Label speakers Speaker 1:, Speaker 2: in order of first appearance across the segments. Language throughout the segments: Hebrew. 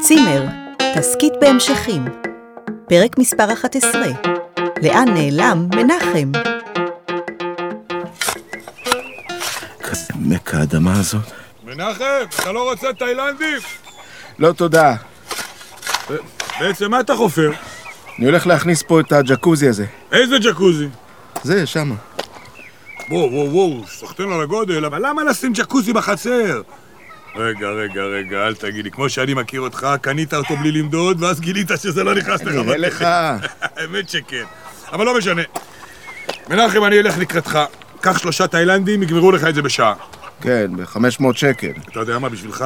Speaker 1: צימר, תסכית בהמשכים. פרק מספר 11, לאן נעלם מנחם?
Speaker 2: כזה עמק האדמה הזו.
Speaker 3: מנחם, אתה לא רוצה תאילנדים?
Speaker 2: לא, תודה.
Speaker 3: בעצם מה אתה חופר?
Speaker 2: אני הולך להכניס פה את הג'קוזי הזה.
Speaker 3: איזה ג'קוזי?
Speaker 2: זה, שמה.
Speaker 3: וואו, וואו, וואו, סחטיין על הגודל, אבל למה לשים ג'קוזי בחצר? רגע, רגע, רגע, אל תגיד לי, כמו שאני מכיר אותך, קנית אותו בלי למדוד, ואז גילית שזה לא נכנס לך.
Speaker 2: נראה
Speaker 3: בטן.
Speaker 2: לך.
Speaker 3: האמת שכן, אבל לא משנה. מנחם, אני אלך לקראתך. קח שלושה תאילנדים, יגמרו לך את זה בשעה.
Speaker 2: כן, ב-500 שקל.
Speaker 3: אתה יודע מה בשבילך?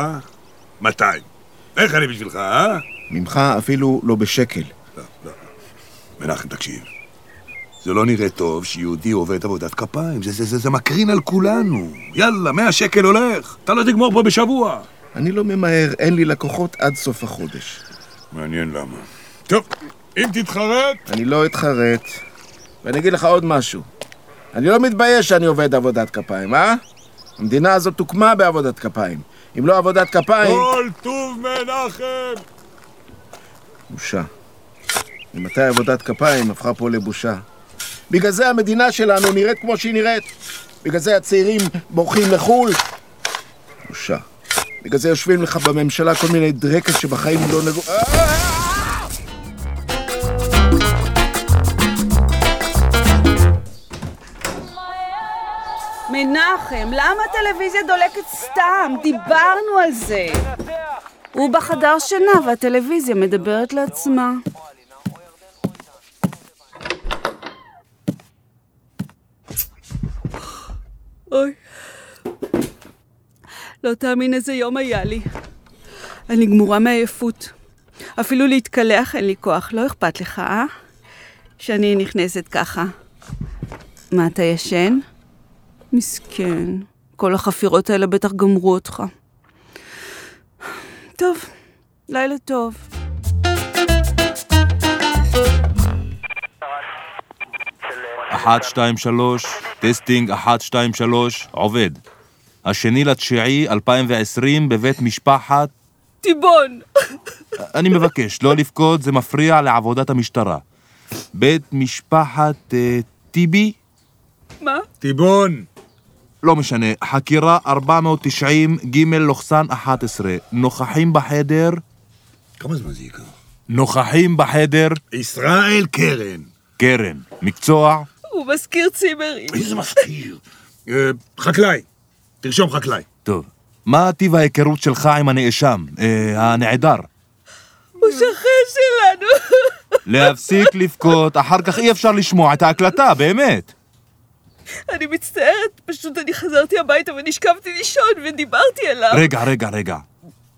Speaker 3: 200. איך אני בשבילך, אה?
Speaker 2: ממך אפילו לא בשקל.
Speaker 3: מנחם, תקשיב. זה לא נראה טוב שיהודי עובד עבודת כפיים, זה, זה, זה, זה מקרין על כולנו. יאללה, 100 שקל הולך, אתה לא תגמור פה בשבוע.
Speaker 2: אני לא ממהר, אין לי לקוחות עד סוף החודש.
Speaker 3: מעניין למה. טוב, אם תתחרט...
Speaker 2: אני לא אתחרט. ואני אגיד לך עוד משהו. אני לא מתבייש שאני עובד עבודת כפיים, אה? המדינה הזאת הוקמה בעבודת כפיים. אם לא עבודת כפיים...
Speaker 3: כל טוב מנחם!
Speaker 2: בושה. ממתי עבודת כפיים הפכה פה לבושה? בגלל זה המדינה שלנו נראית כמו שהיא נראית. בגלל זה הצעירים בורחים לחו"ל. בושה. בגלל זה יושבים לך בממשלה כל מיני דרקס שבחיים לא נגעו...
Speaker 4: מנחם, למה הטלוויזיה דולקת סתם? דיברנו על זה. הוא בחדר שינה והטלוויזיה מדברת לעצמה. אוי. לא תאמין איזה יום היה לי. אני גמורה מעייפות. אפילו להתקלח אין לי כוח, לא אכפת לך, אה? שאני נכנסת ככה. מה, אתה ישן? מסכן. כל החפירות האלה בטח גמרו אותך. טוב, לילה טוב.
Speaker 5: אחת, שתיים, שלוש, טסטינג, אחת, שתיים, שלוש, עובד. השני לתשיעי, 2020, בבית משפחת...
Speaker 4: טיבון!
Speaker 5: אני מבקש, לא לבכות, זה מפריע לעבודת המשטרה. בית משפחת אה, טיבי?
Speaker 4: מה?
Speaker 3: טיבון!
Speaker 5: לא משנה. חקירה 490, ג' לוחסן 11. נוכחים בחדר?
Speaker 3: כמה זמן זה ייקח?
Speaker 5: נוכחים בחדר?
Speaker 3: ישראל קרן.
Speaker 5: קרן. מקצוע?
Speaker 4: הוא מזכיר צימרים.
Speaker 3: איזה מזכיר. אה, חקלאי. תרשום חקלאי.
Speaker 5: טוב. מה טיב ההיכרות שלך עם הנאשם? אה, הנעדר?
Speaker 4: הוא שכן שלנו.
Speaker 5: להפסיק לבכות, אחר כך אי אפשר לשמוע את ההקלטה, באמת.
Speaker 4: אני מצטערת, פשוט אני חזרתי הביתה ונשכבתי לישון ודיברתי אליו.
Speaker 5: רגע, רגע, רגע.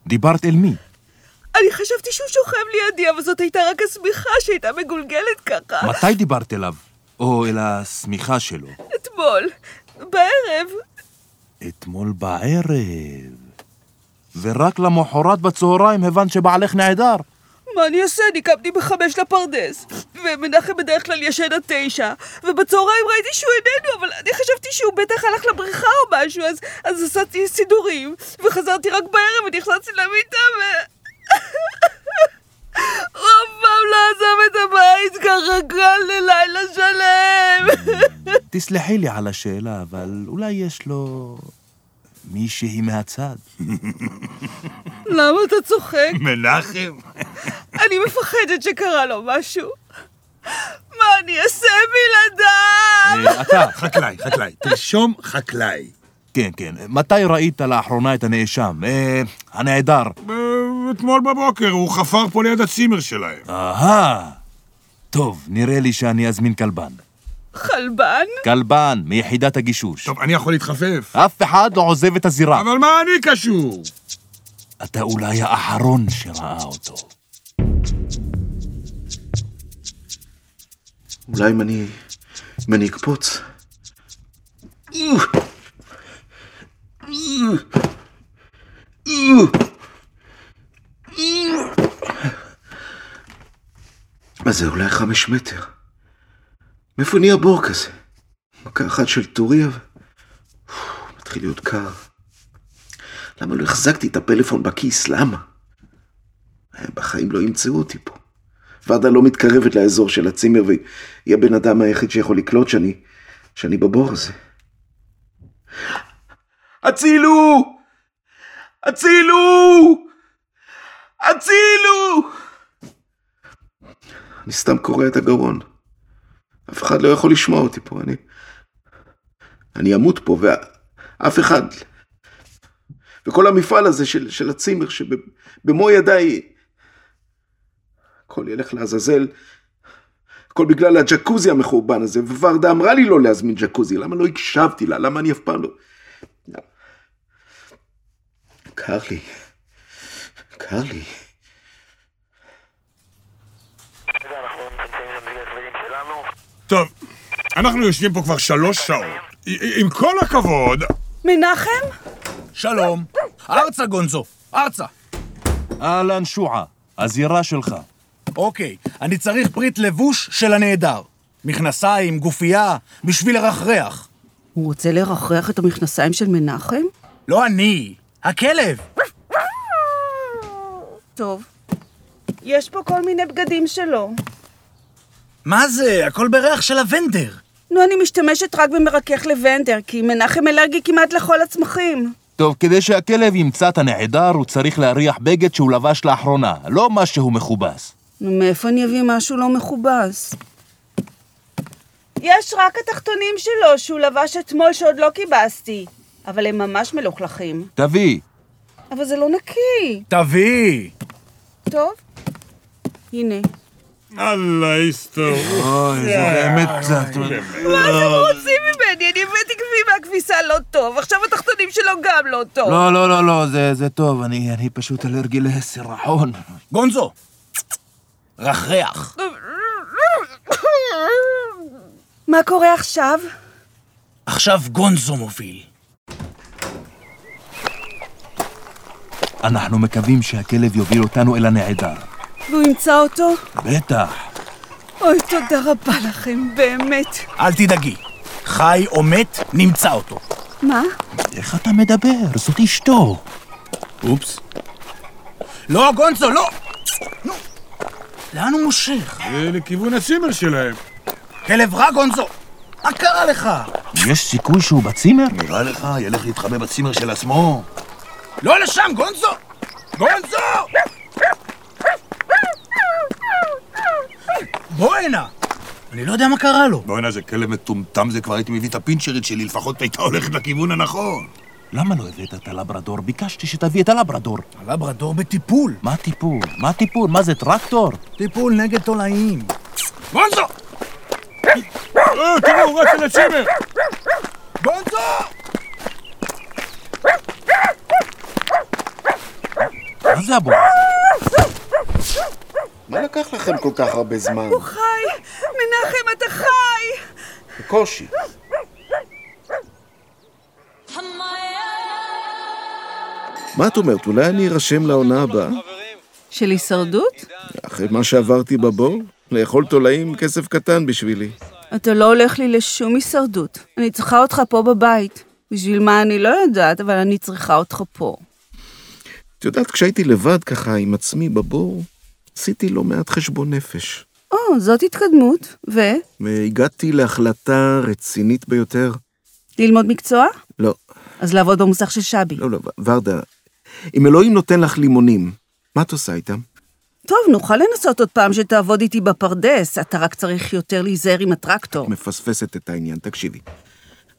Speaker 5: דיברת אל מי?
Speaker 4: אני חשבתי שהוא שוכב לידי, אבל זאת הייתה רק השמיכה שהייתה מגולגלת ככה.
Speaker 5: מתי דיברת אליו? או אל השמיכה שלו.
Speaker 4: אתמול, בערב.
Speaker 5: אתמול בערב. ורק למחרת בצהריים הבנת שבעלך נעדר.
Speaker 4: מה אני אעשה? אני קמתי בחמש לפרדס. ומנחם בדרך כלל ישן עד תשע. ובצהריים ראיתי שהוא איננו, אבל אני חשבתי שהוא בטח הלך לבריכה או משהו, אז, אז עשיתי סידורים, וחזרתי רק בערב ונכנסתי למיטה ו... הוא אף פעם לא עזב את הבית, ככה כאן ללילה שלם.
Speaker 5: תסלחי לי על השאלה, אבל אולי יש לו... מישהי מהצד.
Speaker 4: למה אתה צוחק?
Speaker 3: מנחם?
Speaker 4: אני מפחדת שקרה לו משהו. מה אני אעשה בלעדיו?
Speaker 5: אה, אתה,
Speaker 3: חקלאי, חקלאי. תרשום חקלאי.
Speaker 5: כן, כן. מתי ראית לאחרונה את הנאשם? אה, הנעדר.
Speaker 3: אה, אתמול בבוקר הוא חפר פה ליד הצימר שלהם.
Speaker 5: אהה. טוב, נראה לי שאני אזמין כלבן.
Speaker 4: חלבן?
Speaker 5: כלבן, מיחידת הגישוש.
Speaker 3: טוב, אני יכול להתחפף.
Speaker 5: אף אחד לא עוזב את הזירה.
Speaker 3: אבל מה אני קשור?
Speaker 5: אתה אולי האחרון שראה אותו.
Speaker 2: אולי אם אני... אם אני אקפוץ... מה זה, אולי חמש מטר? מאיפה נהיה בור כזה? מכה אחת של טורי, אבל... מתחיל להיות קר. למה לא החזקתי את הפלאפון בכיס? למה?
Speaker 6: הם בחיים לא ימצאו אותי פה. ורדה לא מתקרבת לאזור של הצימר, והיא הבן אדם היחיד שיכול לקלוט שאני, שאני בבור הזה. הצילו! הצילו! הצילו! אני סתם קורע את הגרון. אף אחד לא יכול לשמוע אותי פה, אני... אני אמות פה, ואף אחד... וכל המפעל הזה של, של הצימר, שבמו ידיי... הכל ילך לעזאזל. הכל בגלל הג'קוזי המחורבן הזה, וורדה אמרה לי לא להזמין ג'קוזי, למה לא הקשבתי לה? למה אני אף פעם לא... קר לי. קר לי.
Speaker 3: טוב, אנחנו יושבים פה כבר שלוש שעות. י- עם כל הכבוד...
Speaker 4: מנחם?
Speaker 7: שלום. ארצה, גונזו. ארצה.
Speaker 5: אהלן שועה, הזירה שלך.
Speaker 7: אוקיי, אני צריך פריט לבוש של הנעדר. מכנסיים, גופייה, בשביל לרחרח.
Speaker 4: הוא רוצה לרחרח את המכנסיים של מנחם?
Speaker 7: לא אני, הכלב.
Speaker 4: טוב. יש פה כל מיני בגדים שלו.
Speaker 7: מה זה? הכל בריח של הוונדר.
Speaker 4: נו, אני משתמשת רק במרכך לבנדר, כי מנחם אלרגי כמעט לכל הצמחים.
Speaker 5: טוב, כדי שהכלב ימצא את הנעדר, הוא צריך להריח בגד שהוא לבש לאחרונה, לא משהו מכובס.
Speaker 4: נו, מאיפה אני אביא משהו לא מכובס? יש רק התחתונים שלו שהוא לבש אתמול שעוד לא כיבסתי, אבל הם ממש מלוכלכים.
Speaker 5: תביא.
Speaker 4: אבל זה לא נקי.
Speaker 7: תביא.
Speaker 4: טוב, הנה.
Speaker 3: אללה יסתור.
Speaker 5: אוי, זה באמת קצת...
Speaker 7: אה,
Speaker 4: מה אתם רוצים ממני? אני הבאתי גביע מהכביסה לא טוב, עכשיו התחתונים שלו גם לא טוב.
Speaker 5: לא, לא, לא, לא, זה, זה טוב, אני, אני פשוט אלרגי לסירחון.
Speaker 7: גונזו. רחרח.
Speaker 4: מה קורה עכשיו?
Speaker 7: עכשיו גונזו מוביל.
Speaker 5: אנחנו מקווים שהכלב יוביל אותנו אל הנעדר.
Speaker 4: והוא ימצא אותו?
Speaker 5: בטח.
Speaker 4: אוי, תודה רבה לכם, באמת.
Speaker 7: אל תדאגי. חי או מת, נמצא אותו.
Speaker 4: מה?
Speaker 5: איך אתה מדבר? זאת אשתו.
Speaker 7: אופס. לא, גונזו, לא! נו, לאן הוא מושך?
Speaker 3: זה אה, לכיוון הצימר שלהם.
Speaker 7: כלב רע, גונזו! מה קרה לך?
Speaker 5: יש סיכוי שהוא בצימר?
Speaker 8: נראה לך? ילך להתחבא בצימר של עצמו?
Speaker 7: לא לשם, גונזו! גונזו! בוא הנה! אני לא יודע מה קרה לו.
Speaker 8: בוא'נה, זה כלב מטומטם זה, כבר הייתי מביא את הפינצ'רית שלי, לפחות הייתה הולכת לכיוון הנכון.
Speaker 5: למה לא הבאת את הלברדור? ביקשתי שתביא את הלברדור.
Speaker 7: הלברדור בטיפול.
Speaker 5: מה טיפול? מה טיפול? מה זה, טרקטור?
Speaker 7: טיפול נגד תולעים. גונזו!
Speaker 3: אה, תראו, הוא רץ אל הצימר.
Speaker 7: גונזו!
Speaker 5: מה זה הבוס?
Speaker 2: מה לקח לכם כל כך הרבה זמן?
Speaker 4: חי! מנחם, אתה חי!
Speaker 2: בקושי. מה את אומרת? אולי אני ארשם לעונה הבאה?
Speaker 4: של הישרדות?
Speaker 2: אחרי מה שעברתי בבור? לאכול תולעים כסף קטן בשבילי.
Speaker 4: אתה לא הולך לי לשום הישרדות. אני צריכה אותך פה בבית. בשביל מה אני לא יודעת, אבל אני צריכה אותך פה.
Speaker 2: את יודעת, כשהייתי לבד ככה עם עצמי בבור, עשיתי לא מעט חשבון נפש.
Speaker 4: או, זאת התקדמות. ו?
Speaker 2: והגעתי להחלטה רצינית ביותר.
Speaker 4: ללמוד מקצוע?
Speaker 2: לא,
Speaker 4: אז לעבוד במוסך של שבי.
Speaker 2: לא, לא, ורדה, אם אלוהים נותן לך לימונים, מה את עושה איתם?
Speaker 4: טוב, נוכל לנסות עוד פעם שתעבוד איתי בפרדס. אתה רק צריך יותר להיזהר עם הטרקטור.
Speaker 2: מפספסת את העניין, תקשיבי.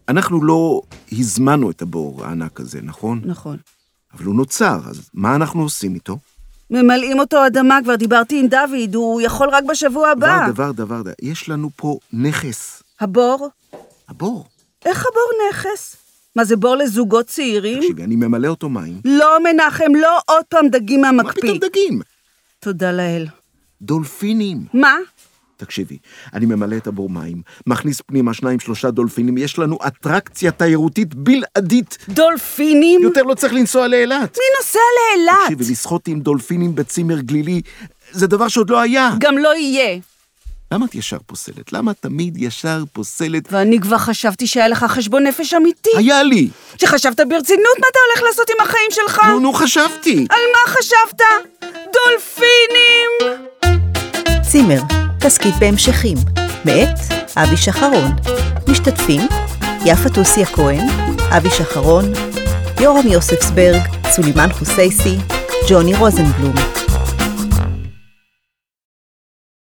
Speaker 2: אנחנו לא הזמנו את הבור הענק הזה, נכון?
Speaker 4: נכון.
Speaker 2: אבל הוא נוצר, אז מה אנחנו עושים איתו?
Speaker 4: ממלאים אותו אדמה, כבר דיברתי עם דוד, הוא יכול רק בשבוע הבא.
Speaker 2: ורדה, ורדה, ורדה, יש לנו פה נכס,
Speaker 4: הבור?
Speaker 2: הבור.
Speaker 4: איך הבור נכס? מה, זה בור לזוגות צעירים?
Speaker 2: תקשיבי, אני ממלא אותו מים.
Speaker 4: לא, מנחם, לא עוד פעם דגים
Speaker 2: מה פתאום
Speaker 4: מהמקפיא.
Speaker 2: דגים?
Speaker 4: תודה לאל.
Speaker 2: דולפינים.
Speaker 4: מה?
Speaker 2: תקשיבי, אני ממלא את הבור מים, מכניס פנימה שניים שלושה דולפינים, יש לנו אטרקציה תיירותית בלעדית.
Speaker 4: דולפינים?
Speaker 2: יותר לא צריך לנסוע לאילת.
Speaker 4: מי נוסע לאילת?
Speaker 2: תקשיבי, לשחות עם דולפינים בצימר גלילי, זה דבר שעוד לא היה.
Speaker 4: גם לא יהיה.
Speaker 2: למה את ישר פוסלת? למה תמיד ישר פוסלת?
Speaker 4: ואני כבר חשבתי שהיה לך חשבון נפש אמיתי.
Speaker 2: היה לי!
Speaker 4: שחשבת ברצינות מה אתה הולך לעשות עם החיים שלך?
Speaker 2: נו, נו, חשבתי!
Speaker 4: על מה חשבת? דולפינים!
Speaker 1: צימר, תסכית בהמשכים, מאת אבי שחרון. משתתפים יפה תוסיה כהן, אבי שחרון, יורם יוספסברג, סולימאן חוסייסי, ג'וני רוזנבלום.